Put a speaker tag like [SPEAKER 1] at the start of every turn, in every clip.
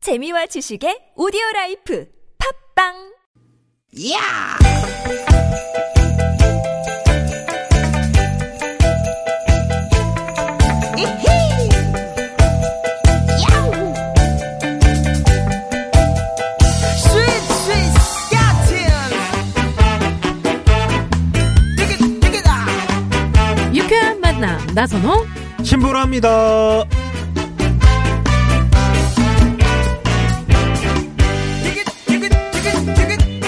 [SPEAKER 1] 재미와 지식의 오디오 라이프 팝빵
[SPEAKER 2] 야! 이히! 야우! 스윗 스윗 스카틴! 띠깃 띠깃아!
[SPEAKER 3] 유쾌한 만남 나선홍
[SPEAKER 4] 신보라입니다.
[SPEAKER 2] 띠깃 띠깃 띠깃 띠깃!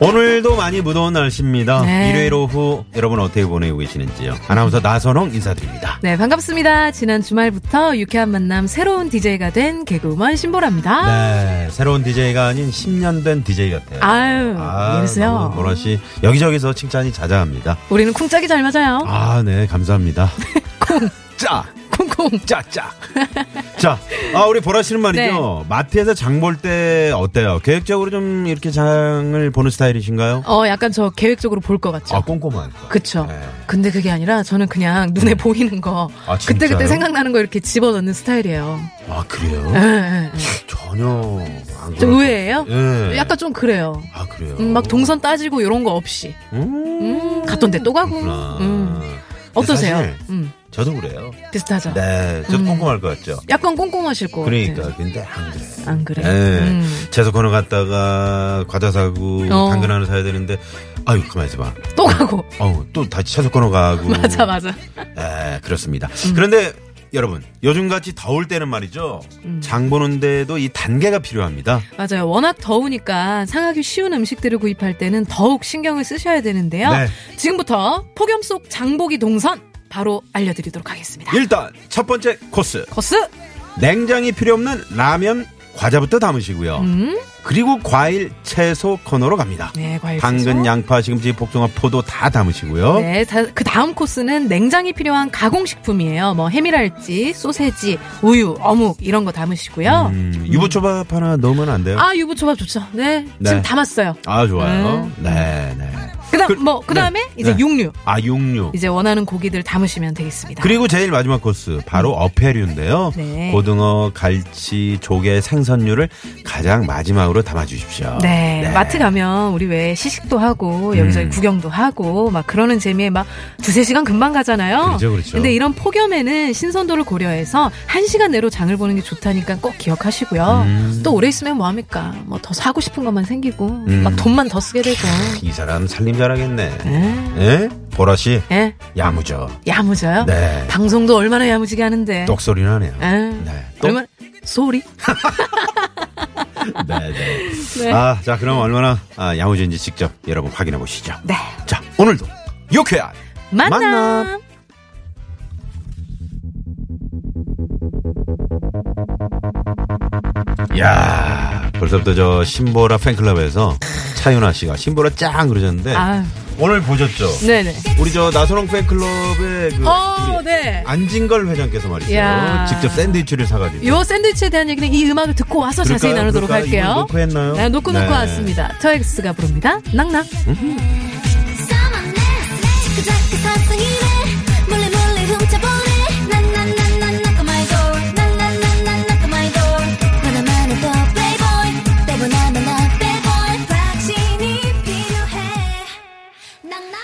[SPEAKER 4] 오늘도 많이 무더운 날씨입니다.
[SPEAKER 3] 네.
[SPEAKER 4] 일요일 오후 여러분 어떻게 보내고 계시는지요? 아나운서 나선홍 인사드립니다.
[SPEAKER 3] 네 반갑습니다 지난 주말부터 유쾌한 만남 새로운 DJ가 된 개그우먼 신보라입니다
[SPEAKER 4] 네, 새로운 DJ가 아닌 10년 된 DJ 같아요.
[SPEAKER 3] 아유, 이러세요.
[SPEAKER 4] 너무 보라 씨 여기저기서 칭찬이 자자합니다.
[SPEAKER 3] 우리는 쿵짝이 잘 맞아요
[SPEAKER 4] 아, 네, 감사합니다.
[SPEAKER 3] 쿵
[SPEAKER 4] 짜,
[SPEAKER 3] 쿵쿵
[SPEAKER 4] 짜, 짜. 자, 아 우리 보라 씨는 말이죠.
[SPEAKER 3] 네.
[SPEAKER 4] 마트에서 장 볼 때 어때요? 계획적으로 좀 이렇게 장을 보는 스타일이신가요?
[SPEAKER 3] 어 약간 저 계획적으로 볼 것 같죠
[SPEAKER 4] 아, 꼼꼼한.
[SPEAKER 3] 그쵸
[SPEAKER 4] 네. 음.
[SPEAKER 3] 근데 그게 아니라 저는 그냥 눈에 보이는 거
[SPEAKER 4] 아,
[SPEAKER 3] 그때그때
[SPEAKER 4] 진짜요?
[SPEAKER 3] 생각나는 거 이렇게 집어넣는 스타일이에요
[SPEAKER 4] 아, 그래요?
[SPEAKER 3] 예, 예, 예.
[SPEAKER 4] 전혀 안
[SPEAKER 3] 좀
[SPEAKER 4] 그럴 것
[SPEAKER 3] 의외예요
[SPEAKER 4] 예.
[SPEAKER 3] 약간 좀 그래요
[SPEAKER 4] 아 그래요.
[SPEAKER 3] 음, 막 동선 따지고 이런 거 없이
[SPEAKER 4] 음.
[SPEAKER 3] 음, 갔던데 또 가고
[SPEAKER 4] 그렇구나.
[SPEAKER 3] 음.
[SPEAKER 4] 근데
[SPEAKER 3] 어떠세요
[SPEAKER 4] 사실
[SPEAKER 3] 음,
[SPEAKER 4] 저도 그래요.
[SPEAKER 3] 비슷하죠
[SPEAKER 4] 네, 저도
[SPEAKER 3] 음.
[SPEAKER 4] 꼼꼼할 것 같죠.
[SPEAKER 3] 약간 꼼꼼하실 것 같아요
[SPEAKER 4] 그러니까 근데 안 그래.
[SPEAKER 3] 안 그래요?
[SPEAKER 4] 예.
[SPEAKER 3] 음.
[SPEAKER 4] 채소 코너 갔다가 과자 사고
[SPEAKER 3] 어.
[SPEAKER 4] 당근 하나 사야 되는데 아유 가만 있어봐.
[SPEAKER 3] 또 가고.
[SPEAKER 4] 어우 또 다시 채소 코너 가고.
[SPEAKER 3] 맞아 음. 맞아.
[SPEAKER 4] 네, 그렇습니다. 그런데 여러분 요즘같이 더울 때는 말이죠.
[SPEAKER 3] 음.
[SPEAKER 4] 장 보는데도 이 단계가 필요합니다.
[SPEAKER 3] 맞아요. 워낙 더우니까 상하기 쉬운 음식들을 구입할 때는 더욱 신경을 쓰셔야 되는데요.
[SPEAKER 4] 네.
[SPEAKER 3] 지금부터 폭염 속 장보기 동선 바로 알려드리도록 하겠습니다.
[SPEAKER 4] 일단 첫 번째 코스
[SPEAKER 3] 거스.
[SPEAKER 4] 냉장이 필요 없는 라면 과자부터 담으시고요.
[SPEAKER 3] 음.
[SPEAKER 4] 그리고 과일, 채소 코너로 갑니다.
[SPEAKER 3] 네, 과일.
[SPEAKER 4] 당근,
[SPEAKER 3] 채소.
[SPEAKER 4] 양파, 시금치, 복숭아, 포도 다 담으시고요.
[SPEAKER 3] 네, 그 다음 코스는 냉장이 필요한 가공식품이에요. 뭐 햄이랄지, 소세지, 우유, 어묵 이런 거 담으시고요.
[SPEAKER 4] 음, 유부초밥 하나 넣으면 안 돼요? 아,
[SPEAKER 3] 아, 유부초밥 좋죠. 네,
[SPEAKER 4] 네.
[SPEAKER 3] 지금 담았어요.
[SPEAKER 4] 좋아요. 네, 네.
[SPEAKER 3] 그다음
[SPEAKER 4] 그-
[SPEAKER 3] 뭐 그다음에
[SPEAKER 4] 네.
[SPEAKER 3] 이제
[SPEAKER 4] 네.
[SPEAKER 3] 육류.
[SPEAKER 4] 아, 육류.
[SPEAKER 3] 이제 원하는 고기들 담으시면 되겠습니다.
[SPEAKER 4] 그리고 제일 마지막 코스 바로 어패류인데요.
[SPEAKER 3] 음. 네.
[SPEAKER 4] 고등어, 갈치, 조개, 생선류를 가장 마지막으로 담아주십시오.
[SPEAKER 3] 네,
[SPEAKER 4] 네.
[SPEAKER 3] 마트 가면 우리 왜 시식도 하고 여기저기
[SPEAKER 4] 음.
[SPEAKER 3] 구경도 하고 막 그러는 재미에 막 두세 시간 금방 가잖아요.
[SPEAKER 4] 그렇죠, 그렇죠.
[SPEAKER 3] 근데 이런 폭염에는 신선도를 고려해서 한 시간 내로 장을 보는 게 좋다니까 꼭 기억하시고요.
[SPEAKER 4] 음.
[SPEAKER 3] 또 오래 있으면 뭐 합니까? 뭐 더 사고 싶은 것만 생기고
[SPEAKER 4] 음.
[SPEAKER 3] 막 돈만 더 쓰게 되고.
[SPEAKER 4] 이 사람 살림 잘하겠네.
[SPEAKER 3] 예,
[SPEAKER 4] 예? 보라 씨
[SPEAKER 3] 예,
[SPEAKER 4] 야무져.
[SPEAKER 3] 야무져요.
[SPEAKER 4] 네.
[SPEAKER 3] 방송도 얼마나 야무지게 하는데.
[SPEAKER 4] 똑소리 나네요.
[SPEAKER 3] 예.
[SPEAKER 4] 네. 똑-
[SPEAKER 3] 얼마 소리?
[SPEAKER 4] 네, 네.
[SPEAKER 3] 네.
[SPEAKER 4] 아, 자, 그럼 얼마나 아, 야무진지 직접 여러분 확인해 보시죠.
[SPEAKER 3] 네.
[SPEAKER 4] 자, 오늘도 유쾌한
[SPEAKER 3] 만남.
[SPEAKER 4] 만남. 야 벌써부터 저 신보라 팬클럽에서 차윤아 씨가 신보라 짱 그러셨는데
[SPEAKER 3] 아,
[SPEAKER 4] 오늘 보셨죠?
[SPEAKER 3] 네네.
[SPEAKER 4] 우리 저 나선홍 팬클럽의 그
[SPEAKER 3] 어,
[SPEAKER 4] 우리
[SPEAKER 3] 네.
[SPEAKER 4] 안진걸 회장께서 말이죠.
[SPEAKER 3] 야.
[SPEAKER 4] 직접 샌드위치를 사가지고.
[SPEAKER 3] 요 샌드위치에 대한 얘기는 이 음악을 듣고 와서 자세히
[SPEAKER 4] 그럴까요?
[SPEAKER 3] 나누도록
[SPEAKER 4] 그럴까요? 이걸
[SPEAKER 3] 할게요.
[SPEAKER 4] 놓고 했나요?
[SPEAKER 3] 네, 놓고 놓고
[SPEAKER 4] 네.
[SPEAKER 3] 왔습니다. 트와이스가 부릅니다. 낙낙.
[SPEAKER 5] 써먹네 자꾸 그 사상이래 몰래 몰래 훔쳐보네 난난난난 knock on my door 난난난난 knock on my door 하나만 해도 playboy 빼고 나면 나 bad boy 확신이 필요해 낙낙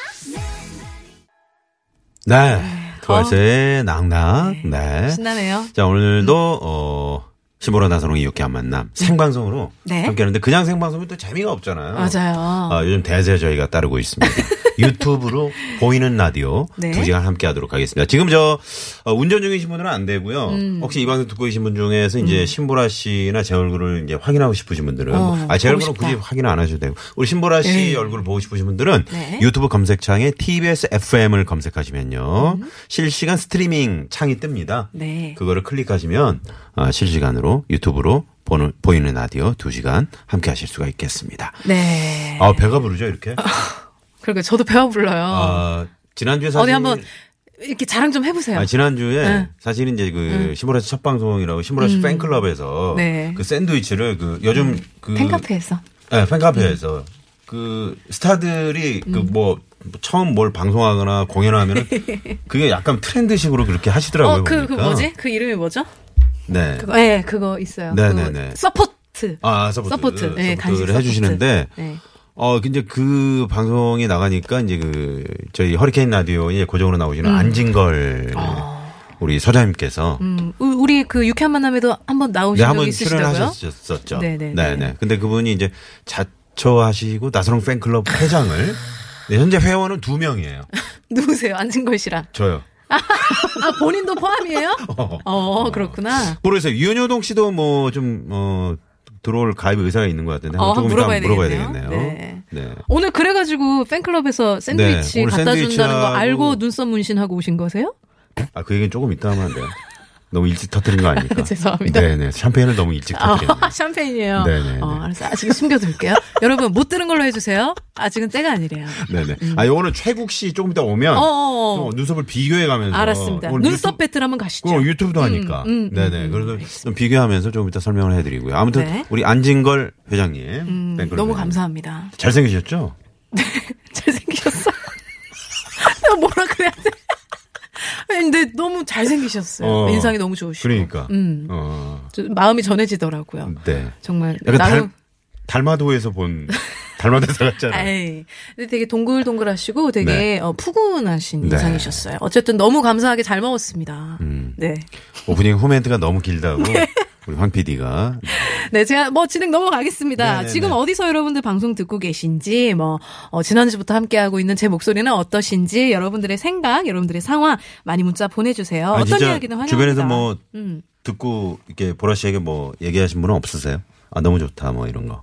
[SPEAKER 4] 네. 트와이스의 낙낙. 네.
[SPEAKER 3] 어. 신나네요. 음.
[SPEAKER 4] 자, 오늘도, 어, 신보라 나선홍이 유쾌한 만남 생방송으로
[SPEAKER 3] 네.
[SPEAKER 4] 함께 하는데 그냥 생방송은 또 재미가 없잖아요.
[SPEAKER 3] 맞아요.
[SPEAKER 4] 어. 아, 요즘 대세 저희가 따르고 있습니다. 유튜브로 보이는 라디오
[SPEAKER 3] 네.
[SPEAKER 4] 두 시간 함께 하도록 하겠습니다. 지금 저 어, 운전 중이신 분은 안 되고요.
[SPEAKER 3] 음.
[SPEAKER 4] 혹시 이 방송 듣고 계신 분 중에서 이제 신보라 씨나 제 얼굴을 이제 확인하고 싶으신 분들은
[SPEAKER 3] 어,
[SPEAKER 4] 아, 제
[SPEAKER 3] 보고
[SPEAKER 4] 얼굴은 굳이
[SPEAKER 3] 싶다.
[SPEAKER 4] 확인 안 하셔도 되고 우리 신보라 씨
[SPEAKER 3] 네.
[SPEAKER 4] 얼굴을 보고 싶으신 분들은
[SPEAKER 3] 네.
[SPEAKER 4] 유튜브 검색창에 TBS FM을 검색하시면요. 실시간 스트리밍 창이 뜹니다.
[SPEAKER 3] 음. 네.
[SPEAKER 4] 그거를 클릭하시면 아, 실시간으로 유튜브로 보는, 보이는 라디오 두시간 함께 하실 수가 있겠습니다.
[SPEAKER 3] 네.
[SPEAKER 4] 아 배가 부르죠 이렇게.
[SPEAKER 3] 그러니까 저도 배워 불러요.
[SPEAKER 4] 아 지난주에 사실
[SPEAKER 3] 어디 한번 이렇게 자랑 좀 해보세요.
[SPEAKER 4] 아, 지난주에
[SPEAKER 3] 네. 음.
[SPEAKER 4] 사실 이제 그 시보라 씨첫 방송이라고 시보라 씨 팬클럽에서
[SPEAKER 3] 네. 음.
[SPEAKER 4] 그 샌드위치를 그 요즘 그
[SPEAKER 3] 팬카페에서. 음.
[SPEAKER 4] 네, 팬카페에서 그 스타들이 그 뭐 처음 뭘 방송하거나 공연하면은 그게 약간 트렌드식으로 그렇게 하시더라고요.
[SPEAKER 3] 어, 그, 그
[SPEAKER 4] 보니까.
[SPEAKER 3] 뭐지? 그 이름이 뭐죠?
[SPEAKER 4] 네.
[SPEAKER 3] 그거, 예, 그거 있어요.
[SPEAKER 4] 네,
[SPEAKER 3] 그
[SPEAKER 4] 네, 네.
[SPEAKER 3] 서포트.
[SPEAKER 4] 아, 서포트.
[SPEAKER 3] 서포트. 예, 간식
[SPEAKER 4] 를
[SPEAKER 3] 서포트.
[SPEAKER 4] 해주시는데,
[SPEAKER 3] 네.
[SPEAKER 4] 어, 이제 그 방송에 나가니까 이제 그 저희 허리케인 라디오에 고정으로 나오시는 안진걸 우리 서장님께서
[SPEAKER 3] 아. 음, 우- 우리 그 유쾌한 만남에도 한번 나오신
[SPEAKER 4] 네,
[SPEAKER 3] 적
[SPEAKER 4] 한번
[SPEAKER 3] 있으시더라고요.
[SPEAKER 4] 출연하셨었죠.
[SPEAKER 3] 네네네.
[SPEAKER 4] 네네. 근데 그분이 이제 자처하시고 나선홍 팬클럽 회장을 네, 현재 회원은 두 명이에요.
[SPEAKER 3] 누구세요? 안진걸 씨랑.
[SPEAKER 4] 저요.
[SPEAKER 3] 아, 본인도 포함이에요? 어, 그렇구나.
[SPEAKER 4] 모르겠어요. 윤효동 씨도 뭐 좀, 어, 들어올 가입 의사가 있는 것 같은데.
[SPEAKER 3] 어,
[SPEAKER 4] 한번 조금
[SPEAKER 3] 물어봐야
[SPEAKER 4] 이따 물어봐야
[SPEAKER 3] 되겠네요.
[SPEAKER 4] 되겠네요.
[SPEAKER 3] 네.
[SPEAKER 4] 네.
[SPEAKER 3] 오늘 그래가지고 팬클럽에서 샌드위치
[SPEAKER 4] 네, 오늘 뭐
[SPEAKER 3] 갖다 준다는 거
[SPEAKER 4] 샌드위치하고-
[SPEAKER 3] 알고 눈썹 문신하고 오신 거세요?
[SPEAKER 4] 아, 그 얘기는 조금 이따 하면 안 돼요. 너무 일찍 터뜨린 거 아닙니까?
[SPEAKER 3] 죄송합니다.
[SPEAKER 4] 네네. 샴페인을 너무 일찍 터뜨렸네요.
[SPEAKER 3] 아, 샴페인이에요.
[SPEAKER 4] 네네네.
[SPEAKER 3] 어, 알았어. 아직은 숨겨둘게요. 여러분, 못 들은 걸로 해주세요. 아직은 때가 아니래요.
[SPEAKER 4] 네네. 아, 요거는 최국 씨 조금 이따 오면
[SPEAKER 3] 음. 어어어.
[SPEAKER 4] 또 눈썹을 비교해 가면서
[SPEAKER 3] 알았습니다.
[SPEAKER 4] 오늘
[SPEAKER 3] 눈썹
[SPEAKER 4] 유튜브-
[SPEAKER 3] 배틀 한번 가시죠.
[SPEAKER 4] 그럼 유튜브도 하니까.
[SPEAKER 3] 음,
[SPEAKER 4] 네네. 그래서 좀 비교하면서 조금 이따 설명을 해드리고요. 아무튼
[SPEAKER 3] 네.
[SPEAKER 4] 우리 안진걸 회장님.
[SPEAKER 3] 음,
[SPEAKER 4] 네, 그러면
[SPEAKER 3] 너무 감사합니다.
[SPEAKER 4] 잘생기셨죠?
[SPEAKER 3] 잘생기셨어. 내가 뭐라 그래야 돼? 아니, 근데 너무 잘생기셨어요.
[SPEAKER 4] 어.
[SPEAKER 3] 인상이 너무 좋으시고.
[SPEAKER 4] 그러니까.
[SPEAKER 3] 음.
[SPEAKER 4] 어,
[SPEAKER 3] 저- 마음이 전해지더라고요.
[SPEAKER 4] 네.
[SPEAKER 3] 정말.
[SPEAKER 4] 약간
[SPEAKER 3] 나름.
[SPEAKER 4] 닮, 닮아도에서 본 닮아대사 같잖아요.
[SPEAKER 3] 에이, 근데 되게 동글동글하시고 되게
[SPEAKER 4] 네.
[SPEAKER 3] 어, 푸근하신
[SPEAKER 4] 네.
[SPEAKER 3] 인상이셨어요. 어쨌든 너무 감사하게 잘 먹었습니다.
[SPEAKER 4] 음.
[SPEAKER 3] 네.
[SPEAKER 4] 오프닝 후멘트가 너무 길다고 우리 황 PD가
[SPEAKER 3] 네, 제가 뭐 진행 넘어가겠습니다.
[SPEAKER 4] 네네네.
[SPEAKER 3] 지금 어디서 여러분들 방송 듣고 계신지, 뭐, 어, 지난주부터 함께하고 있는 제 목소리는 어떠신지, 여러분들의 생각, 여러분들의 상황 많이 문자 보내주세요.
[SPEAKER 4] 아,
[SPEAKER 3] 어떤
[SPEAKER 4] 진짜
[SPEAKER 3] 이야기는 환영합니다.
[SPEAKER 4] 주변에서 뭐
[SPEAKER 3] 음.
[SPEAKER 4] 듣고 이렇게 보라 씨에게 뭐 얘기하신 분은 없으세요? 아 너무 좋다 뭐 이런 거.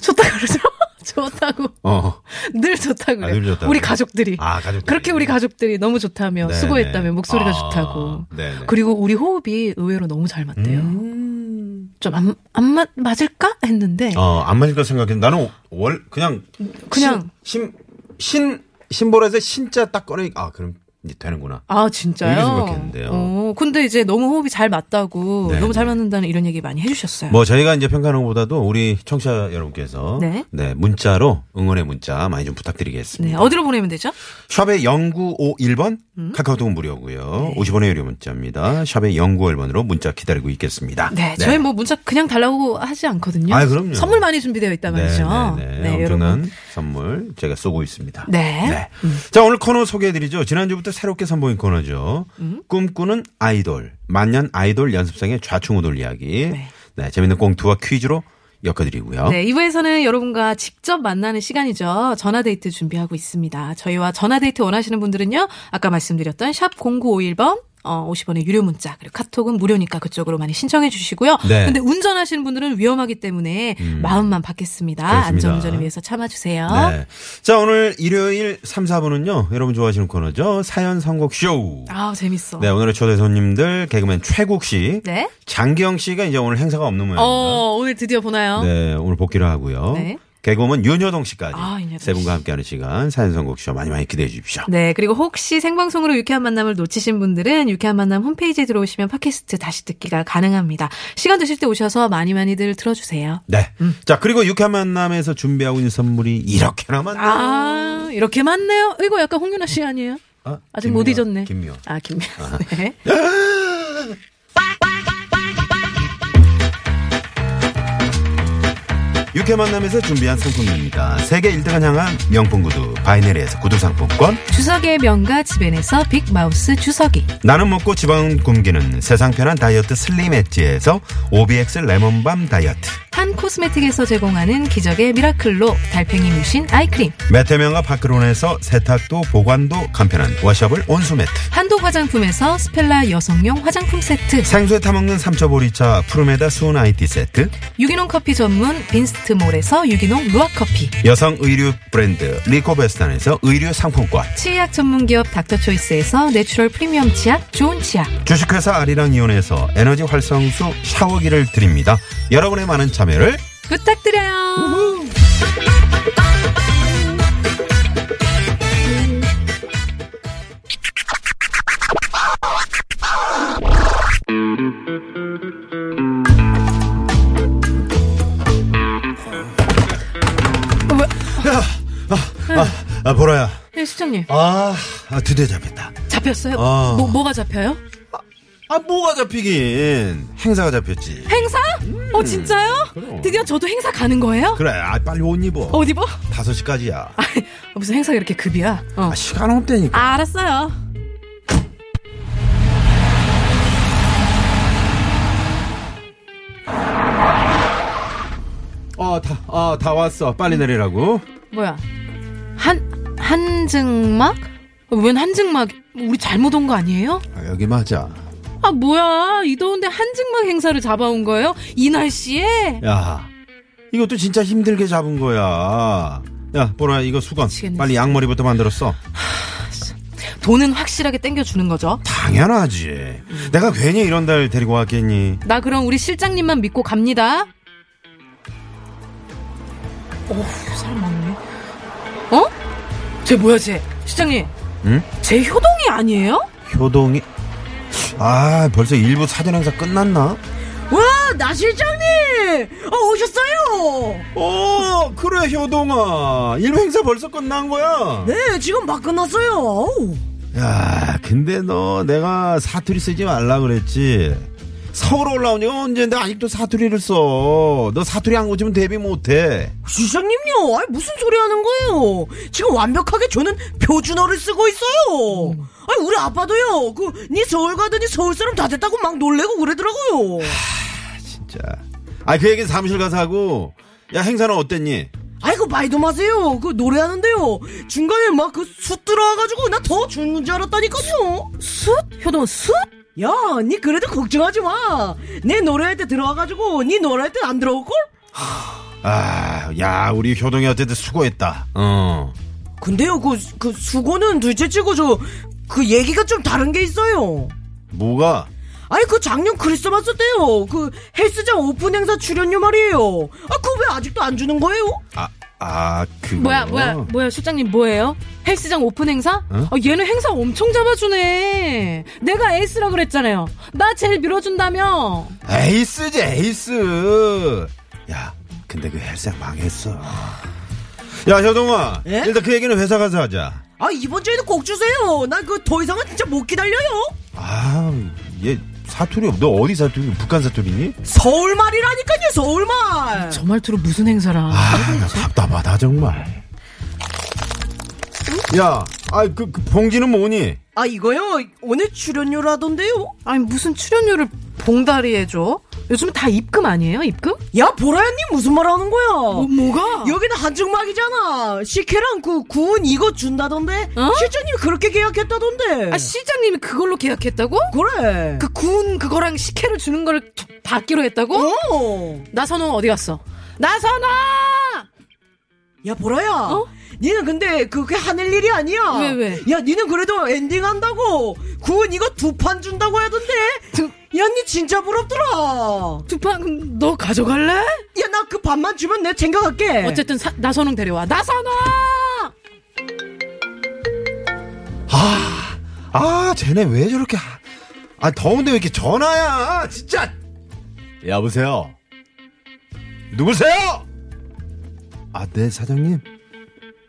[SPEAKER 3] 좋다 그러죠? 좋다고.
[SPEAKER 4] 어.
[SPEAKER 3] 늘 좋다고.
[SPEAKER 4] 아,
[SPEAKER 3] 그래요.
[SPEAKER 4] 늘 좋다고.
[SPEAKER 3] 우리 가족들이.
[SPEAKER 4] 아, 가족들이.
[SPEAKER 3] 그렇게 우리 가족들이 너무 좋다며,
[SPEAKER 4] 네네.
[SPEAKER 3] 수고했다며, 목소리가
[SPEAKER 4] 아,
[SPEAKER 3] 좋다고.
[SPEAKER 4] 네네.
[SPEAKER 3] 그리고 우리 호흡이 의외로 너무 잘 맞대요.
[SPEAKER 4] 음.
[SPEAKER 3] 좀 안, 안 맞, 맞을까? 했는데,
[SPEAKER 4] 어안 맞을 거 생각해. 나는 월 그냥
[SPEAKER 3] 그냥.
[SPEAKER 4] 신신 신보라에서 신자 딱 꺼내. 아 그럼 이제 되는구나.
[SPEAKER 3] 아, 진짜요?
[SPEAKER 4] 이렇게 생각했는데요.
[SPEAKER 3] 어, 근데 이제 너무 호흡이 잘 맞다고,
[SPEAKER 4] 네,
[SPEAKER 3] 너무 잘
[SPEAKER 4] 네.
[SPEAKER 3] 맞는다는 이런 얘기 많이 해주셨어요.
[SPEAKER 4] 뭐 저희가 이제 평가하는 것보다도 우리 청취자 여러분께서
[SPEAKER 3] 네.
[SPEAKER 4] 네, 문자로 응원의 문자 많이 좀 부탁드리겠습니다.
[SPEAKER 3] 네, 어디로 음. 보내면 되죠?
[SPEAKER 4] 샵의 0951번 카카오톡 무료고요.
[SPEAKER 3] 네.
[SPEAKER 4] 50원의 유료 문자입니다. 샵의 0951번으로 문자 기다리고 있겠습니다.
[SPEAKER 3] 네, 저희 뭐 문자 그냥 달라고 하지 않거든요.
[SPEAKER 4] 아, 그럼요.
[SPEAKER 3] 선물 많이 준비되어 있단 말이죠.
[SPEAKER 4] 네, 네, 네.
[SPEAKER 3] 네,
[SPEAKER 4] 엄청난 선물 제가 쏘고 있습니다.
[SPEAKER 3] 네.
[SPEAKER 4] 자, 오늘 코너 소개해드리죠. 지난주부터 새롭게 선보인 코너죠.
[SPEAKER 3] 음.
[SPEAKER 4] 꿈꾸는 아이돌, 만년 아이돌 연습생의 좌충우돌 이야기.
[SPEAKER 3] 네.
[SPEAKER 4] 네. 재밌는 꽁트와 퀴즈로 엮어드리고요.
[SPEAKER 3] 네, 2부에서는 여러분과 직접 만나는 시간이죠. 전화데이트 준비하고 있습니다. 저희와 전화데이트 원하시는 분들은요, 아까 말씀드렸던 샵 0951번, 50원의 유료 문자, 그리고 카톡은 무료니까 그쪽으로 많이 신청해 주시고요.
[SPEAKER 4] 네.
[SPEAKER 3] 근데 운전하시는 분들은 위험하기 때문에 마음만 받겠습니다.
[SPEAKER 4] 그렇습니다.
[SPEAKER 3] 안전운전을 위해서 참아주세요.
[SPEAKER 4] 네. 자, 오늘 일요일 3, 4분은요, 여러분 좋아하시는 코너죠. 사연 선곡 쇼.
[SPEAKER 3] 아, 재밌어.
[SPEAKER 4] 네, 오늘의 초대 손님들, 개그맨 최국 씨.
[SPEAKER 3] 네.
[SPEAKER 4] 장기영 씨가 이제 오늘 행사가 없는 모양입니다.
[SPEAKER 3] 어, 오늘 드디어 보나요?
[SPEAKER 4] 네, 오늘 복귀를 하고요.
[SPEAKER 3] 네.
[SPEAKER 4] 개그맨 윤여동 씨까지.
[SPEAKER 3] 아, 윤여동
[SPEAKER 4] 세 분과 함께하는 시간, 사연 선곡 쇼 많이 많이 기대해 주십시오.
[SPEAKER 3] 네, 그리고 혹시 생방송으로 유쾌한 만남을 놓치신 분들은 유쾌한 만남 홈페이지에 들어오시면 팟캐스트 다시 듣기가 가능합니다. 시간 되실 때 오셔서 많이 많이들 들어주세요.
[SPEAKER 4] 네.
[SPEAKER 3] 음.
[SPEAKER 4] 자, 그리고 유쾌한 만남에서 준비하고 있는 선물이 이렇게나 많네요.
[SPEAKER 3] 아, 이렇게 많네요. 이거 약간 홍윤아 씨 아니에요?
[SPEAKER 4] 아,
[SPEAKER 3] 아직 못
[SPEAKER 4] 김미화,
[SPEAKER 3] 잊었네.
[SPEAKER 4] 김미화.
[SPEAKER 3] 아, 김미아. 네.
[SPEAKER 4] 유쾌한 만남에서 준비한 상품입니다. 세계 1등을 향한 명품 구두, 바이네리에서 구두 상품권,
[SPEAKER 3] 주석의 명가 집엔에서 빅마우스 주석이.
[SPEAKER 4] 나는 먹고 지방 굶기는 세상 편한 다이어트 슬림 엣지에서 오비엑스 레몬밤 다이어트,
[SPEAKER 3] 한 코스메틱에서 제공하는 기적의 미라클로 달팽이 뮤신 아이크림.
[SPEAKER 4] 메테면과 파크론에서 세탁도 보관도 간편한 워셔블 온수 매트,
[SPEAKER 3] 한독 화장품에서 스펠라 여성용 화장품 세트.
[SPEAKER 4] 생수에 타먹는 삼초보리차 푸르메다 수은 아이티 세트,
[SPEAKER 3] 유기농 커피 전문 빈스트몰에서 유기농 루아 커피.
[SPEAKER 4] 여성 의류 브랜드 리코베스탄에서 의류 상품권,
[SPEAKER 3] 치약 전문 기업 닥터초이스에서 내추럴 프리미엄 치약, 좋은 치약.
[SPEAKER 4] 주식회사 아리랑 이온에서 에너지 활성수 샤워기를 드립니다. 여러분의 많은 참여를
[SPEAKER 3] 부탁드려요.
[SPEAKER 4] 아, 보라야.
[SPEAKER 3] 네, 수장님.
[SPEAKER 4] 아, 아, 드디어 잡혔다.
[SPEAKER 3] 잡혔어요?
[SPEAKER 4] 아.
[SPEAKER 3] 뭐, 뭐가 잡혀요?
[SPEAKER 4] 아 뭐가 잡히긴 행사가 잡혔지.
[SPEAKER 3] 행사? 어 진짜요?
[SPEAKER 4] 음, 그럼.
[SPEAKER 3] 드디어 저도 행사 가는 거예요?
[SPEAKER 4] 그래, 아 빨리 옷 입어.
[SPEAKER 3] 어디 뭐?
[SPEAKER 4] 다섯 시까지야.
[SPEAKER 3] 아, 무슨 행사가 이렇게 급이야? 어.
[SPEAKER 4] 아, 시간 없다니까.
[SPEAKER 3] 아, 알았어요.
[SPEAKER 4] 어, 다, 어, 다 왔어. 빨리 내리라고.
[SPEAKER 3] 뭐야? 한 한증막? 어, 웬 한증막? 우리 잘못 온 거 아니에요?
[SPEAKER 4] 아, 여기 맞아.
[SPEAKER 3] 아 뭐야? 이 더운데 한증막 행사를 잡아온 거예요? 이
[SPEAKER 4] 네.
[SPEAKER 3] 날씨에?
[SPEAKER 4] 야, 이것도 진짜 힘들게 잡은 거야. 야, 보라, 이거 수건.
[SPEAKER 3] 미치겠네,
[SPEAKER 4] 빨리 양머리부터 만들었어.
[SPEAKER 3] 돈은 확실하게 땡겨주는 거죠.
[SPEAKER 4] 당연하지.
[SPEAKER 3] 음.
[SPEAKER 4] 내가 괜히 이런 날 데리고 왔겠니?
[SPEAKER 3] 나 그럼 우리 실장님만 믿고 갑니다. 어, 사람 많네. 어? 쟤 뭐야 쟤? 실장님.
[SPEAKER 4] 응?
[SPEAKER 3] 쟤 효동이 아니에요?
[SPEAKER 4] 효동이. 아, 벌써 일부 사전 행사 끝났나?
[SPEAKER 3] 와, 나 실장님! 어, 오셨어요!
[SPEAKER 4] 어, 그래, 효동아. 일부 행사 벌써 끝난 거야.
[SPEAKER 6] 네, 지금 막 끝났어요.
[SPEAKER 4] 야, 근데 너 내가 사투리 쓰지 말라 그랬지. 서울 올라온 지가 언젠데 아직도 사투리를 써. 너 사투리 안 고치면 데뷔 못 해.
[SPEAKER 6] 시장님요, 아이 무슨 소리 하는 거예요? 지금 완벽하게 저는 표준어를 쓰고 있어요. 아이 우리 아빠도요. 그 니 서울 가더니 서울 사람 다 됐다고 막 놀래고 그러더라고요.
[SPEAKER 4] 진짜. 아, 그 얘기는 사무실 가서 하고. 야, 행사는 어땠니?
[SPEAKER 6] 아이고 말도 마세요. 그 노래하는데요. 중간에 막 그 숯 들어와가지고 나 더 죽는 줄 알았다니까요.
[SPEAKER 3] 숯? 효동 숯?
[SPEAKER 6] 야, 니 그래도 걱정하지 마. 내 노래할 때 들어와가지고 니 노래할 때 안 들어올 걸?
[SPEAKER 4] 아, 야, 우리 효동이 어쨌든 수고했다. 어.
[SPEAKER 6] 근데요, 그, 그 수고는 둘째치고 저 그 얘기가 좀 다른 게 있어요.
[SPEAKER 4] 뭐가?
[SPEAKER 6] 아니 그 작년 크리스마스 때요 그 헬스장 오픈 행사 출연료 말이에요 아 그거 왜 아직도 안 주는 거예요?
[SPEAKER 4] 아, 아, 그거.
[SPEAKER 3] 뭐야, 뭐야, 뭐야, 실장님 뭐예요? 헬스장 오픈 행사?
[SPEAKER 4] 응?
[SPEAKER 3] 어, 얘는 행사 엄청 잡아주네. 내가 에이스라 그랬잖아요. 나 제일 밀어준다며.
[SPEAKER 4] 에이스지, 에이스. 야, 근데 그 헬스장 망했어. 야, 효동아.
[SPEAKER 6] 예?
[SPEAKER 4] 일단 그 얘기는 회사 가서 하자.
[SPEAKER 6] 아 이번 주에는 꼭 주세요 나 그 더 이상은 진짜 못 기다려요
[SPEAKER 4] 아, 얘 사투리 너 어디 사투리? 북한 사투리니?
[SPEAKER 6] 서울 말이라니까요 서울 말
[SPEAKER 3] 저 말투로 무슨 행사라.
[SPEAKER 4] 아, 나 답답하다 정말. 야, 아그 그 봉지는 뭐니?
[SPEAKER 6] 아 이거요 오늘 출연료라던데요
[SPEAKER 3] 아니, 무슨 출연료를 봉다리에 줘? 요즘 다 입금 아니에요? 입금?
[SPEAKER 6] 야 보라야님 무슨 말 하는 거야
[SPEAKER 3] 어,
[SPEAKER 6] 아,
[SPEAKER 3] 뭐가?
[SPEAKER 6] 여기는 한증막이잖아 식혜랑 그 구운 이거 준다던데
[SPEAKER 3] 어?
[SPEAKER 6] 실장님이 그렇게 계약했다던데
[SPEAKER 4] 네.
[SPEAKER 3] 아, 실장님이 그걸로 계약했다고?
[SPEAKER 6] 그래
[SPEAKER 3] 그 구운 그거랑 식혜를 주는 거를 받기로 했다고?
[SPEAKER 6] 어.
[SPEAKER 3] 나선호 어디 갔어? 나선호!
[SPEAKER 6] 야 보라야
[SPEAKER 3] 어?
[SPEAKER 6] 니는 근데 그게 하늘 일이 아니야
[SPEAKER 3] 왜, 왜?
[SPEAKER 6] 야 니는 그래도 엔딩 한다고 구은 이거 두 판 준다고 하던데
[SPEAKER 3] 두-
[SPEAKER 6] 야 니 진짜 부럽더라
[SPEAKER 3] 두판 너 가져갈래?
[SPEAKER 6] 야 나 그 반만 주면 내
[SPEAKER 4] 네.
[SPEAKER 6] 챙겨갈게
[SPEAKER 3] 어쨌든 사- 나선홍 데려와. 나선홍!
[SPEAKER 4] 아, 아, 쟤네 왜 저렇게 하- 아 더운데 왜 이렇게 전화야? 진짜. 여보세요. 누구세요? 아, 네 사장님.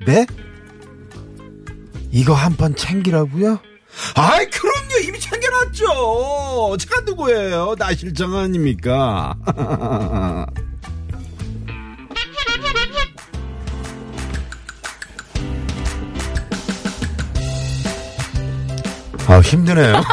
[SPEAKER 4] 네? 이거 한 판 챙기라고요? 아이 그럼요 이미 챙겨놨죠 제가 누구예요 나 실장 아닙니까 아 힘드네요.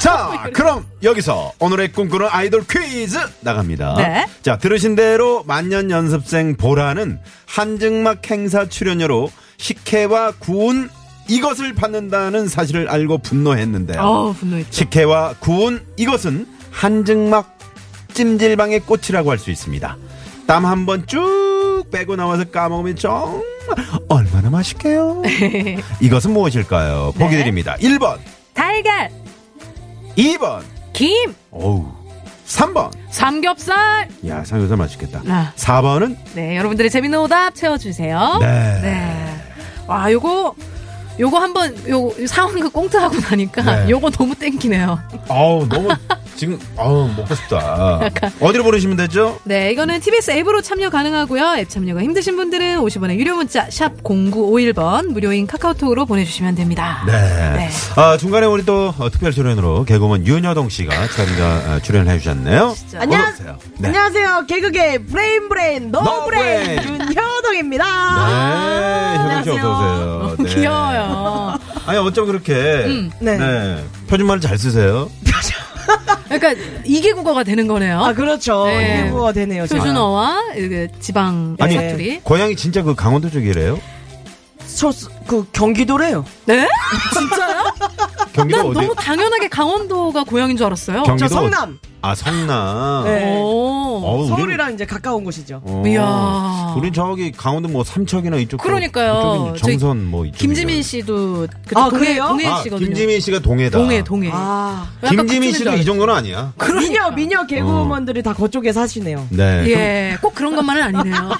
[SPEAKER 4] 자, 그럼 여기서 오늘의 꿈꾸는 아이돌 퀴즈 나갑니다.
[SPEAKER 3] 네.
[SPEAKER 4] 자, 들으신 대로 만년 연습생 보라는 한증막 행사 출연료로 식혜와 구운 이것을 받는다는 사실을 알고 분노했는데요.
[SPEAKER 3] 어우, 분노했죠.
[SPEAKER 4] 식혜와 구운 이것은 한증막 찜질방의 꽃이라고 할 수 있습니다. 땀 한 번 쭉 빼고 나와서 까먹으면 정말 얼마나 맛있게요. 이것은 무엇일까요? 보기
[SPEAKER 3] 네.
[SPEAKER 4] 드립니다. 1번,
[SPEAKER 3] 달걀,
[SPEAKER 4] 2번,
[SPEAKER 3] 김,
[SPEAKER 4] 어우, 3번.
[SPEAKER 3] 삼겹살.
[SPEAKER 4] 야, 삼겹살 맛있겠다.
[SPEAKER 3] 아.
[SPEAKER 4] 4번은
[SPEAKER 3] 네, 여러분들의 재밌는 오답 채워주세요.
[SPEAKER 4] 네.
[SPEAKER 3] 와, 요거, 요거 한 번, 요거 상황극 꽁트하고 나니까
[SPEAKER 4] 네.
[SPEAKER 3] 요거 너무 땡기네요.
[SPEAKER 4] 어우, 너무 지금 어우 먹고 싶다. 어디로 보내시면 되죠?
[SPEAKER 3] 네, 이거는 TBS 앱으로 참여 가능하고요. 앱 참여가 힘드신 분들은 50원의 유료 문자 샵 0951번 무료인 카카오톡으로 보내주시면 됩니다.
[SPEAKER 4] 네. 아, 중간에 우리 또 어, 특별 출연으로 개그맨 윤여동 씨가 참가 어, 출연을 해주셨네요.
[SPEAKER 6] 안녕,
[SPEAKER 4] 어서오세요. 네.
[SPEAKER 6] 안녕하세요. 개그계 브레인 브레인
[SPEAKER 4] No
[SPEAKER 6] 노 브레인
[SPEAKER 4] 브레인.
[SPEAKER 6] 윤효동입니다.
[SPEAKER 4] 네,
[SPEAKER 3] 아,
[SPEAKER 4] 효동 씨 어서 오세요. 네.
[SPEAKER 3] 귀여워요. 음.
[SPEAKER 4] 아니 어쩜 그렇게 네.
[SPEAKER 6] 네.
[SPEAKER 4] 표준말을 잘 쓰세요?
[SPEAKER 3] 그러니까 이게 국어가 되는 거네요.
[SPEAKER 6] 아 그렇죠.
[SPEAKER 3] 네.
[SPEAKER 6] 이게 뭐가 되네요. 지금.
[SPEAKER 3] 표준어와 이게 지방
[SPEAKER 4] 아니
[SPEAKER 3] 사투리.
[SPEAKER 4] 고향이 진짜 그 강원도 쪽이래요?
[SPEAKER 6] 저, 그 경기도래요.
[SPEAKER 3] 네?
[SPEAKER 4] 경기도
[SPEAKER 3] 난
[SPEAKER 4] 어디?
[SPEAKER 3] 너무 당연하게 강원도가 고향인 줄 알았어요.
[SPEAKER 4] 경기도
[SPEAKER 6] 저 성남.
[SPEAKER 4] 어디- 아 성남.
[SPEAKER 6] 네.
[SPEAKER 3] 오.
[SPEAKER 4] 어우, 우리는-
[SPEAKER 6] 서울이랑 이제 가까운 곳이죠.
[SPEAKER 4] 어,
[SPEAKER 3] 이야.
[SPEAKER 4] 우린 저기 강원도 뭐 삼척이나 이쪽.
[SPEAKER 3] 그러니까요.
[SPEAKER 4] 그쪽이니-
[SPEAKER 3] 저희
[SPEAKER 4] 정선 뭐 이쪽.
[SPEAKER 3] 김지민 씨도 그
[SPEAKER 6] 아,
[SPEAKER 3] 동해
[SPEAKER 6] 그래요?
[SPEAKER 3] 동해
[SPEAKER 4] 아,
[SPEAKER 3] 씨거든요.
[SPEAKER 4] 김지민 씨가 동해다.
[SPEAKER 3] 동해 동해.
[SPEAKER 6] 아.
[SPEAKER 3] 약간
[SPEAKER 4] 김지민
[SPEAKER 3] 그쪽인 줄
[SPEAKER 4] 씨도 이
[SPEAKER 3] 알았어요.
[SPEAKER 4] 정도는 아니야.
[SPEAKER 3] 그러니까.
[SPEAKER 6] 미녀 미녀
[SPEAKER 4] 어.
[SPEAKER 6] 개그우먼들이 다 거쪽에 사시네요.
[SPEAKER 4] 네.
[SPEAKER 3] 예, 꼭 그런 것만은 아니네요.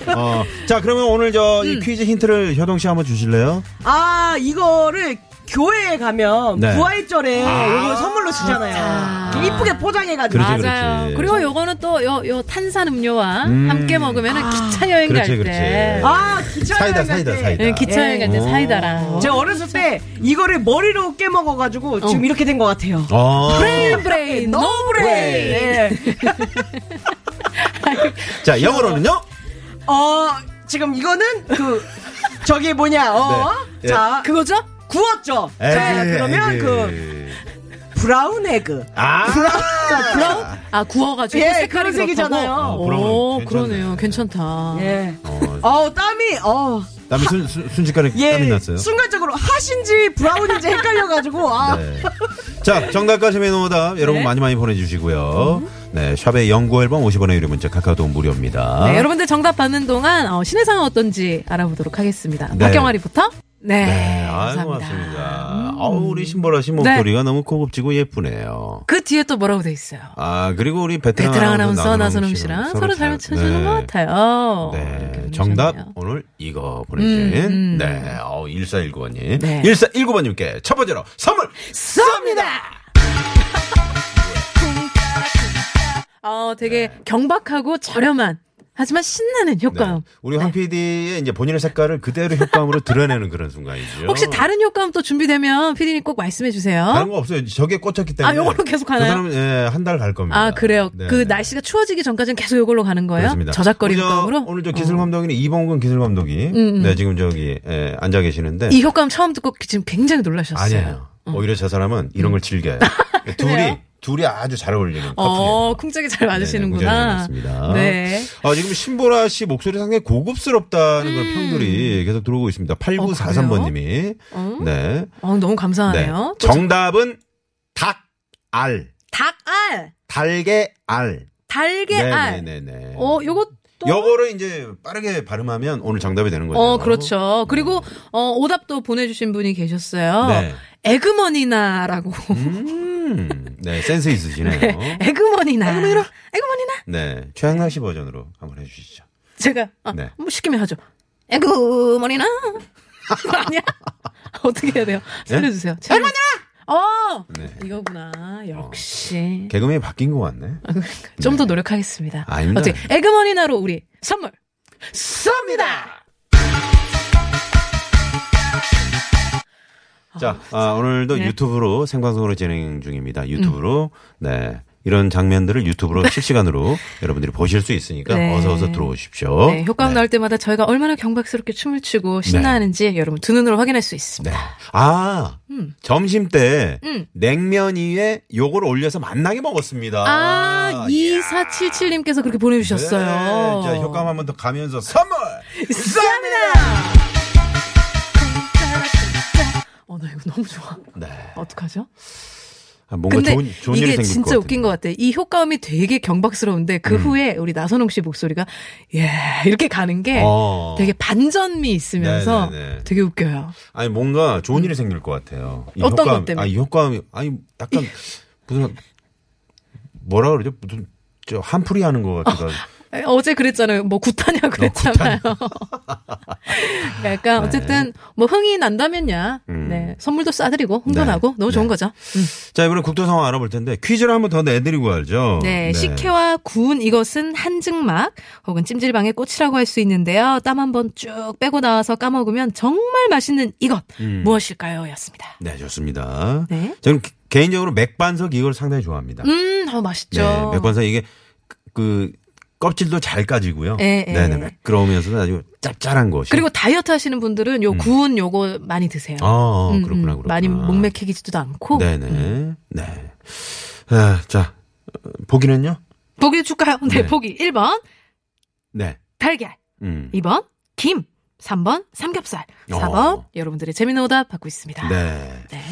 [SPEAKER 4] 그럼, 어, 자 그러면 오늘 저 이
[SPEAKER 3] 음.
[SPEAKER 4] 퀴즈 힌트를 효동 씨 한번 주실래요?
[SPEAKER 6] 아 이거를 교회에 가면
[SPEAKER 4] 네.
[SPEAKER 6] 부활절에
[SPEAKER 4] 아.
[SPEAKER 6] 이걸 선물로 주잖아요. 이쁘게 포장해가지고.
[SPEAKER 4] 그렇지,
[SPEAKER 3] 맞아요.
[SPEAKER 4] 그렇지.
[SPEAKER 3] 그리고 요거는 또 요 요 탄산 음료와 함께 먹으면 은 기차 여행
[SPEAKER 4] 아, 그렇지,
[SPEAKER 3] 갈
[SPEAKER 4] 그렇지.
[SPEAKER 3] 때.
[SPEAKER 6] 아 기차
[SPEAKER 4] 사이다,
[SPEAKER 6] 여행 갈
[SPEAKER 4] 사이다,
[SPEAKER 6] 때.
[SPEAKER 4] 사이다.
[SPEAKER 3] 예, 기차 여행 갈 때
[SPEAKER 4] 오.
[SPEAKER 3] 사이다랑.
[SPEAKER 6] 제가 어렸을 때 이거를 머리로 깨먹어가지고 지금 이렇게 된 것 같아요.
[SPEAKER 3] 네.
[SPEAKER 4] 어.
[SPEAKER 3] 브레인 브레인 노 브레인.
[SPEAKER 6] 네.
[SPEAKER 4] 자 영어로는요?
[SPEAKER 6] 어 지금 이거는 그 저기 뭐냐 어
[SPEAKER 4] 네. 예.
[SPEAKER 6] 자 그,
[SPEAKER 3] 그거죠?
[SPEAKER 6] 구웠죠. 자
[SPEAKER 4] 에그,
[SPEAKER 6] 그러면
[SPEAKER 4] 에그.
[SPEAKER 6] 그 브라운 에그.
[SPEAKER 4] 아.
[SPEAKER 3] 브라운? 아 구워가지고
[SPEAKER 6] 예,
[SPEAKER 3] 색깔이
[SPEAKER 6] 그런 색이잖아요.
[SPEAKER 3] 그렇다고?
[SPEAKER 4] 어, 브라운
[SPEAKER 3] 오
[SPEAKER 4] 괜찮네.
[SPEAKER 3] 그러네요. 괜찮다.
[SPEAKER 6] 예.
[SPEAKER 4] 어,
[SPEAKER 6] 어 땀이 어
[SPEAKER 4] 땀이 순, 순, 순식간에
[SPEAKER 6] 예.
[SPEAKER 4] 땀이 났어요.
[SPEAKER 6] 순간적으로 핫인지 브라운인지 헷갈려가지고 아
[SPEAKER 4] 네. 자, 정답과 재미있는 오답
[SPEAKER 3] 네.
[SPEAKER 4] 여러분 많이 많이 보내주시고요.
[SPEAKER 3] 음.
[SPEAKER 4] 네, 샵의 연구 앨범 50원의 유료 문자 카카오톡 무료입니다.
[SPEAKER 3] 네, 여러분들 정답 받는 동안 어, 신의 상은 어떤지 알아보도록 하겠습니다.
[SPEAKER 4] 네.
[SPEAKER 3] 박경아리부터. 네,
[SPEAKER 4] 네, 아유,
[SPEAKER 3] 감사합니다. 음. 네.
[SPEAKER 4] 고맙습니다. 아우, 우리 신보라 씨 목소리가 너무 고급지고 예쁘네요.
[SPEAKER 3] 그 뒤에 또 뭐라고 돼 있어요?
[SPEAKER 4] 아, 그리고 우리 베테랑
[SPEAKER 3] 베테랑 아나운서 나선홍
[SPEAKER 4] 나선홍
[SPEAKER 3] 씨랑 서로 잘 맞춰주는 것 같아요. 이렇게
[SPEAKER 4] 네,
[SPEAKER 3] 보내주셨네요.
[SPEAKER 4] 정답 오늘 이거 보내주신
[SPEAKER 3] 음, 음.
[SPEAKER 4] 네, 어, 1419번님.
[SPEAKER 3] 네.
[SPEAKER 4] 1419번님께 첫 번째로 선물
[SPEAKER 3] 어, 되게 경박하고 저렴한 하지만 신나는 효과음.
[SPEAKER 4] 네. 우리 황 PD의 이제 본인의 색깔을 그대로 효과음으로 드러내는 그런 순간이죠.
[SPEAKER 3] 혹시 다른 효과음 또 준비되면 피디님 꼭 말씀해 주세요.
[SPEAKER 4] 다른 거 없어요. 저게 꽂혔기 때문에.
[SPEAKER 3] 아, 요걸로 계속 가나요?
[SPEAKER 4] 그 사람은 예, 한 달 갈 겁니다.
[SPEAKER 3] 아 그래요.
[SPEAKER 4] 네,
[SPEAKER 3] 그
[SPEAKER 4] 네.
[SPEAKER 3] 날씨가 추워지기 전까지는 계속 이걸로 가는 거예요.
[SPEAKER 4] 그렇습니다.
[SPEAKER 3] 저작거리
[SPEAKER 4] 오늘 저-
[SPEAKER 3] 효과음으로. 어. 음,
[SPEAKER 4] 오늘 저 기술 감독이는 이봉근 기술 감독이 네, 지금 저기 예, 앉아 계시는데
[SPEAKER 3] 이 효과음 처음 듣고 지금 굉장히 놀라셨어요. 음.
[SPEAKER 4] 아니에요. 오히려 저 사람은 이런 걸 즐겨요. 둘이 둘이 아주 잘 어울리는 커플이에요.
[SPEAKER 3] 어, 쿵짝이 잘
[SPEAKER 4] 네,
[SPEAKER 3] 맞으시는구나.
[SPEAKER 4] 네, 굉장히
[SPEAKER 3] 네.
[SPEAKER 4] 재밌습니다. 아, 지금 신보라 씨 목소리 상당히 고급스럽다는
[SPEAKER 3] 음.
[SPEAKER 4] 그런 평들이 계속 들어오고 있습니다. 8943번님이. 네.
[SPEAKER 3] 어, 너무 감사하네요. 또
[SPEAKER 4] 정답은 닭, 알.
[SPEAKER 3] 닭알,
[SPEAKER 4] 달게 알.
[SPEAKER 3] 달걀알.
[SPEAKER 4] 네네네.
[SPEAKER 3] 어, 요것도
[SPEAKER 4] 요거를 이제 빠르게 발음하면 오늘 정답이 되는 거죠.
[SPEAKER 3] 어, 그렇죠. 그리고 어, 오답도 보내주신 분이 계셨어요.
[SPEAKER 4] 음. 네.
[SPEAKER 3] 에그머니나라고.
[SPEAKER 4] 음. 네, 센스 있으시네요.
[SPEAKER 3] 에그머니나. 에그머니나.
[SPEAKER 4] 네. 최양락 씨 버전으로 한번 해주시죠.
[SPEAKER 3] 제가 아,
[SPEAKER 4] 네.
[SPEAKER 3] 뭐 시키면 하죠. 에그머니나. 아니야? 어떻게 해야 돼요? 살려주세요. 에그머니나. 어,
[SPEAKER 4] 네.
[SPEAKER 3] 이거구나. 역시. 아, 그러니까
[SPEAKER 4] 개그맨이 바뀐 것 같네.
[SPEAKER 3] 좀 더 노력하겠습니다.
[SPEAKER 4] 아닙니다.
[SPEAKER 3] 어떻게 에그머니나로 우리 선물 쏩니다.
[SPEAKER 4] 자, 아, 오늘도
[SPEAKER 3] 네. 음.
[SPEAKER 4] 유튜브로 생방송으로 진행 중입니다. 유튜브로 네 이런 장면들을 유튜브로 실시간으로 여러분들이 보실 수 있으니까
[SPEAKER 3] 네.
[SPEAKER 4] 어서 어서 들어오십시오.
[SPEAKER 3] 네, 효과음 나올 때마다 저희가 얼마나 경박스럽게 춤을 추고 신나하는지 여러분 두 눈으로 확인할 수
[SPEAKER 4] 네.
[SPEAKER 3] 있습니다.
[SPEAKER 4] 아 점심 때
[SPEAKER 3] 음.
[SPEAKER 4] 냉면 위에 요걸 올려서 맛나게 먹었습니다.
[SPEAKER 3] 아,
[SPEAKER 4] 이야.
[SPEAKER 3] 2477님께서 그렇게 보내주셨어요.
[SPEAKER 4] 네, 자, 효과음 한번 더 가면서 선물.
[SPEAKER 3] 어, 나 이거 너무 좋아.
[SPEAKER 4] 네.
[SPEAKER 3] 어떡하죠?
[SPEAKER 4] 아, 뭔가
[SPEAKER 3] 근데
[SPEAKER 4] 좋은 좋은 일이
[SPEAKER 3] 이게
[SPEAKER 4] 생길
[SPEAKER 3] 진짜
[SPEAKER 4] 것 음.
[SPEAKER 3] 웃긴 것 같아. 이 효과음이 되게 경박스러운데 그 후에 우리 나선홍 씨 목소리가 예 이렇게 가는 게
[SPEAKER 4] 어.
[SPEAKER 3] 되게 반전미 있으면서
[SPEAKER 4] 네네네.
[SPEAKER 3] 되게 웃겨요.
[SPEAKER 4] 아니 뭔가 좋은 일이 생길 것 같아요. 이
[SPEAKER 3] 음. 어떤
[SPEAKER 4] 효과음,
[SPEAKER 3] 것 때문에?
[SPEAKER 4] 아, 이 효과음이 아니 약간 무슨 뭐라 그러죠? 무슨 저 한풀이 하는 것 같기도 하고.
[SPEAKER 3] 에, 어제 그랬잖아요. 뭐
[SPEAKER 4] 어,
[SPEAKER 3] 굿하냐 그랬잖아요.
[SPEAKER 4] 네.
[SPEAKER 3] 약간 어쨌든 뭐 흥이 난다면야. 네. 선물도 싸드리고 흥도
[SPEAKER 4] 음. 네.
[SPEAKER 3] 나고 너무 좋은 거죠. 음.
[SPEAKER 4] 자, 이번에 국토 상황 알아볼 텐데 퀴즈를 한번 더 내드리고 가죠.
[SPEAKER 3] 네, 식혜와 구운 이것은 한증막 혹은 찜질방의 꽃이라고 할 수 있는데요. 땀 한번 쭉 빼고 나와서 까먹으면 정말 맛있는 이것
[SPEAKER 4] 음.
[SPEAKER 3] 무엇일까요? 였습니다.
[SPEAKER 4] 네, 좋습니다.
[SPEAKER 3] 네.
[SPEAKER 4] 저는 개- 개인적으로 맥반석 이걸 상당히 좋아합니다.
[SPEAKER 3] 음, 어, 맛있죠.
[SPEAKER 4] 네, 맥반석 이게 그- 그 껍질도 잘 까지고요.
[SPEAKER 3] 예, 예.
[SPEAKER 4] 네, 네, 매끄러우면서도 아주 짭짤한 것이.
[SPEAKER 3] 그리고 다이어트 하시는 분들은 요 구운 요거 많이 드세요.
[SPEAKER 4] 음. 아, 어,
[SPEAKER 3] 음,
[SPEAKER 4] 그렇구나,
[SPEAKER 3] 음.
[SPEAKER 4] 그렇구나.
[SPEAKER 3] 많이 목맥히지도 않고. 음.
[SPEAKER 4] 네네. 네. 아, 자, 어, 보기는요?
[SPEAKER 3] 보기 줄까요? 네,
[SPEAKER 4] 네.
[SPEAKER 3] 보기. 1번,
[SPEAKER 4] 네.
[SPEAKER 3] 달걀.
[SPEAKER 4] 음.
[SPEAKER 3] 2번, 김. 3번, 삼겹살. 4번,
[SPEAKER 4] 어.
[SPEAKER 3] 여러분들의 재미있는 오답 받고 있습니다.
[SPEAKER 4] 네.
[SPEAKER 3] 네.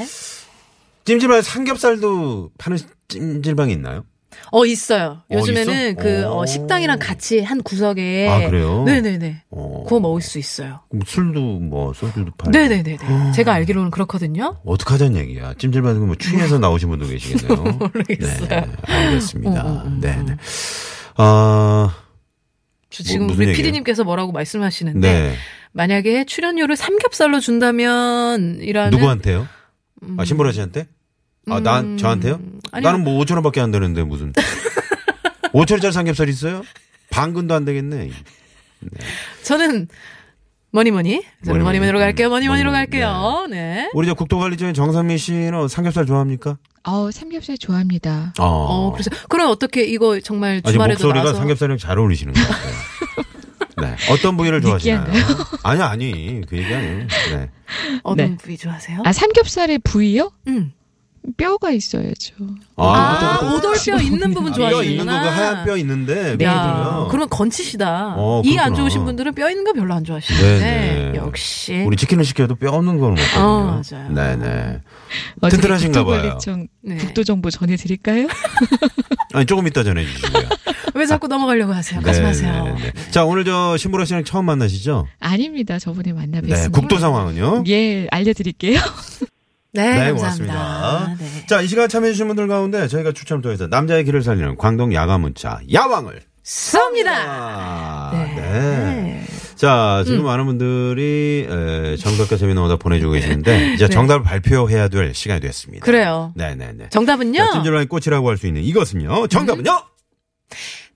[SPEAKER 4] 찜질방에 삼겹살도 파는 찜질방이 있나요?
[SPEAKER 3] 어 있어요.
[SPEAKER 4] 어,
[SPEAKER 3] 요즘에는
[SPEAKER 4] 있어?
[SPEAKER 3] 그
[SPEAKER 4] 오.
[SPEAKER 3] 어, 식당이랑 같이 한 구석에
[SPEAKER 4] 아, 그래요?
[SPEAKER 3] 예. 네네네.
[SPEAKER 4] 어.
[SPEAKER 3] 구워 먹을 수 있어요.
[SPEAKER 4] 그럼 술도 뭐 소주도 팔고. 아.
[SPEAKER 3] 네네네네. 제가 알기로는 그렇거든요.
[SPEAKER 4] 어떡하자는 얘기야. 찜질방에서 뭐 추위에서 나오신 분도 계시겠네요.
[SPEAKER 3] 모르겠어요.
[SPEAKER 4] 네, 알겠습니다.
[SPEAKER 3] 음, 음, 음,
[SPEAKER 4] 네, 네. 아,
[SPEAKER 3] 저 지금
[SPEAKER 4] 뭐 무슨
[SPEAKER 3] 우리
[SPEAKER 4] 얘기예요?
[SPEAKER 3] PD님께서 뭐라고 말씀하시는데
[SPEAKER 4] 네.
[SPEAKER 3] 만약에 출연료를 삼겹살로 준다면 이라는 음.
[SPEAKER 4] 누구한테요? 아, 신보라 씨한테? 아, 나, 저한테요?
[SPEAKER 3] 아니요.
[SPEAKER 4] 나는 뭐 5천 원밖에 안 되는데 무슨. 5천 원짜리 삼겹살 있어요? 반근도 안 되겠네.
[SPEAKER 3] 저는 뭐니 뭐니 저는 뭐니
[SPEAKER 4] 뭐니
[SPEAKER 3] 뭐니로
[SPEAKER 4] 뭐니.
[SPEAKER 3] 갈게요. 뭐니
[SPEAKER 4] 뭐니
[SPEAKER 3] 뭐니로
[SPEAKER 4] 뭐니.
[SPEAKER 3] 갈게요. 네.
[SPEAKER 4] 우리 저 국토관리청의 정상민 씨는 삼겹살 좋아합니까?
[SPEAKER 7] 아우 삼겹살 좋아합니다.
[SPEAKER 4] 어.
[SPEAKER 3] 어 그래서 그럼 어떻게 이거 정말
[SPEAKER 4] 아주
[SPEAKER 3] 주말에도
[SPEAKER 4] 목소리가
[SPEAKER 3] 나와서
[SPEAKER 4] 삼겹살이랑 잘 어울리시는 것 같아요. 네. 어떤 부위를 좋아하시나요?
[SPEAKER 7] 느끼하네요.
[SPEAKER 4] 아니, 아니. 그 얘기 아니에요. 네.
[SPEAKER 3] 어떤
[SPEAKER 7] 네.
[SPEAKER 3] 부위 좋아하세요?
[SPEAKER 7] 아 삼겹살의 부위요?
[SPEAKER 3] 음.
[SPEAKER 7] 뼈가 있어야죠.
[SPEAKER 3] 아,
[SPEAKER 4] 그것도-
[SPEAKER 3] 오돌뼈 있는 부분
[SPEAKER 4] 뼈 있는 거,
[SPEAKER 3] 좋아하시는구나.
[SPEAKER 4] 그 하얀 뼈 있는데.
[SPEAKER 7] 네.
[SPEAKER 3] 야,
[SPEAKER 4] 그거요.
[SPEAKER 3] 그러면 건치시다.
[SPEAKER 4] 어,
[SPEAKER 3] 이 안
[SPEAKER 4] 그렇구나.
[SPEAKER 3] 좋으신 분들은 뼈 있는 거 별로 안 좋아하시는데
[SPEAKER 4] 네, 네.
[SPEAKER 3] 역시
[SPEAKER 4] 우리 치킨을 시켜도 뼈 없는 거는 없거든요.
[SPEAKER 3] 어, 맞아요.
[SPEAKER 4] 네네.
[SPEAKER 7] 어떻게
[SPEAKER 4] 튼튼하신가 봐요.
[SPEAKER 7] 국토관리청
[SPEAKER 3] 네.
[SPEAKER 7] 국도 정보 전해드릴까요?
[SPEAKER 4] 아니, 조금 이따 전해주시고요.
[SPEAKER 3] 왜 자꾸 넘어가려고 하세요? 가지 마세요.
[SPEAKER 4] 네, 네. 자, 오늘 저 신보라 씨랑 처음 만나시죠?
[SPEAKER 7] 아닙니다. 저번에 만나뵀습니다.
[SPEAKER 4] 네. 국도 상황은요?
[SPEAKER 7] 예, 알려드릴게요.
[SPEAKER 3] 네,
[SPEAKER 4] 고맙습니다.
[SPEAKER 3] 감사합니다. 네.
[SPEAKER 4] 자, 이 시간 참여해주신 분들 가운데 저희가 추첨을 통해서 남자의 길을 살리는 광동 야가문차 야왕을
[SPEAKER 3] 쏩니다.
[SPEAKER 4] 아,
[SPEAKER 3] 네. 음.
[SPEAKER 4] 네. 자, 지금 많은 분들이 에, 정답과 재미있는 오답 보내주고 계시는데 이제 정답을 발표해야 될 시간이 됐습니다.
[SPEAKER 3] 네. 그래요.
[SPEAKER 4] 네네네.
[SPEAKER 3] 정답은요? 음.
[SPEAKER 4] 자, 찜질방의 꽃이라고 할 수 있는 이것은요. 정답은요.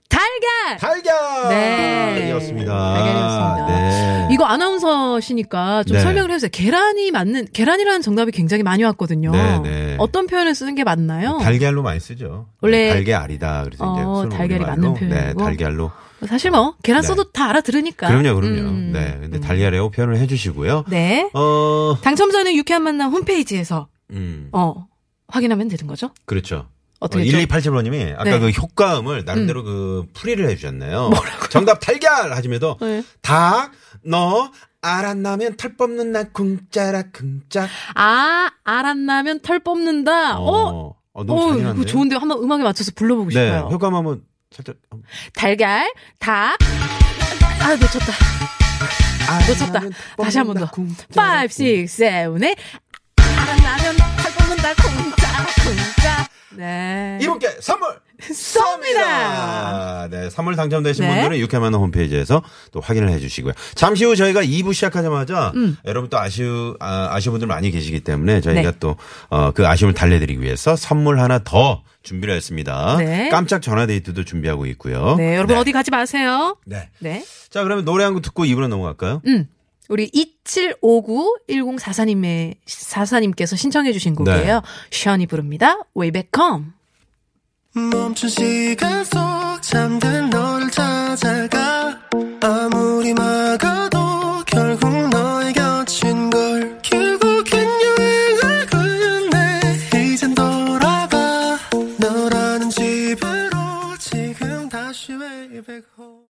[SPEAKER 3] 달걀.
[SPEAKER 4] 달걀.
[SPEAKER 3] 네.
[SPEAKER 4] 이었습니다.
[SPEAKER 3] 달걀이었습니다.
[SPEAKER 4] 네.
[SPEAKER 3] 이거 아나운서시니까 좀
[SPEAKER 4] 네.
[SPEAKER 3] 설명을 해주세요. 계란이 맞는 계란이라는 정답이 굉장히 많이 왔거든요.
[SPEAKER 4] 네, 네.
[SPEAKER 3] 어떤 표현을 쓰는 게 맞나요?
[SPEAKER 4] 달걀로 많이 쓰죠.
[SPEAKER 3] 원래-
[SPEAKER 4] 달걀알이다. 그래서 이제
[SPEAKER 3] 어,
[SPEAKER 4] 손을
[SPEAKER 3] 달걀이
[SPEAKER 4] 올리말로.
[SPEAKER 3] 맞는
[SPEAKER 4] 네,
[SPEAKER 3] 표현이고.
[SPEAKER 4] 달걀로.
[SPEAKER 3] 사실 뭐 계란
[SPEAKER 4] 네.
[SPEAKER 3] 써도 다 알아들으니까.
[SPEAKER 4] 그럼요, 그럼요.
[SPEAKER 3] 음.
[SPEAKER 4] 네. 근데 달걀이라고 표현을 해주시고요.
[SPEAKER 3] 네.
[SPEAKER 4] 어,
[SPEAKER 3] 당첨자는 유쾌한 만남 홈페이지에서
[SPEAKER 4] 음,
[SPEAKER 3] 어 확인하면 되는 거죠?
[SPEAKER 4] 그렇죠.
[SPEAKER 3] 어떻게
[SPEAKER 4] 어,
[SPEAKER 3] 좀-
[SPEAKER 4] 1287번님이 아까
[SPEAKER 3] 네.
[SPEAKER 4] 그 효과음을 나름대로 그 풀이를 해주셨네요. 정답 달걀 하시면서
[SPEAKER 3] 네.
[SPEAKER 4] 닭, 너, 알았나면 털 뽑는 날 궁짜라 궁짝.
[SPEAKER 3] 아, 알았나면 털 뽑는다. 어,
[SPEAKER 4] 어,
[SPEAKER 3] 어,
[SPEAKER 4] 너무
[SPEAKER 3] 이거
[SPEAKER 4] 잔인한데.
[SPEAKER 3] 좋은데요. 한번 음악에 맞춰서 불러보고
[SPEAKER 4] 네,
[SPEAKER 3] 싶어요.
[SPEAKER 4] 효과음 한번 살짝. 한번.
[SPEAKER 3] 달걀, 닭. 아, 놓쳤다. 놓쳤다.
[SPEAKER 4] 알았나면 털
[SPEAKER 3] 아, 다시 한 번 더.
[SPEAKER 4] 뽑는다, 궁짜라
[SPEAKER 3] 5, 6, 7, 8. 알았나면 털 뽑는다. 공짜, 공짜. 네.
[SPEAKER 4] 이분께 뭐- 선물
[SPEAKER 3] 쏩니다.
[SPEAKER 4] 쏩니다. 네, 선물 당첨되신
[SPEAKER 3] 네.
[SPEAKER 4] 분들은 육회만원 홈페이지에서 또 확인을 해주시고요. 잠시 후 저희가 2부 시작하자마자 여러분 또 아쉬우 아, 아쉬운 분들 많이 계시기 때문에 저희가
[SPEAKER 3] 음. 네.
[SPEAKER 4] 또 그 아쉬움을 달래드리기 위해서 선물 하나 더 준비를 했습니다.
[SPEAKER 3] 네.
[SPEAKER 4] 깜짝 전화 데이트도 준비하고 있고요.
[SPEAKER 3] 네, 여러분 어디 가지 마세요.
[SPEAKER 4] 네.
[SPEAKER 3] 네.
[SPEAKER 4] 자 그러면 노래 한 곡 듣고 2부로 넘어갈까요?
[SPEAKER 3] 음. 우리 2759-1044님의, 44님께서 신청해주신
[SPEAKER 4] 네.
[SPEAKER 3] 곡이에요. 션이 부릅니다. Way Back Home.
[SPEAKER 8] 멈춘 시간 속 잠든 너를 찾아가 아무리 막아도 결국 너의 곁인 걸 결국엔 여행을 끝내 이젠 돌아가 너라는 집으로 지금 다시 way back home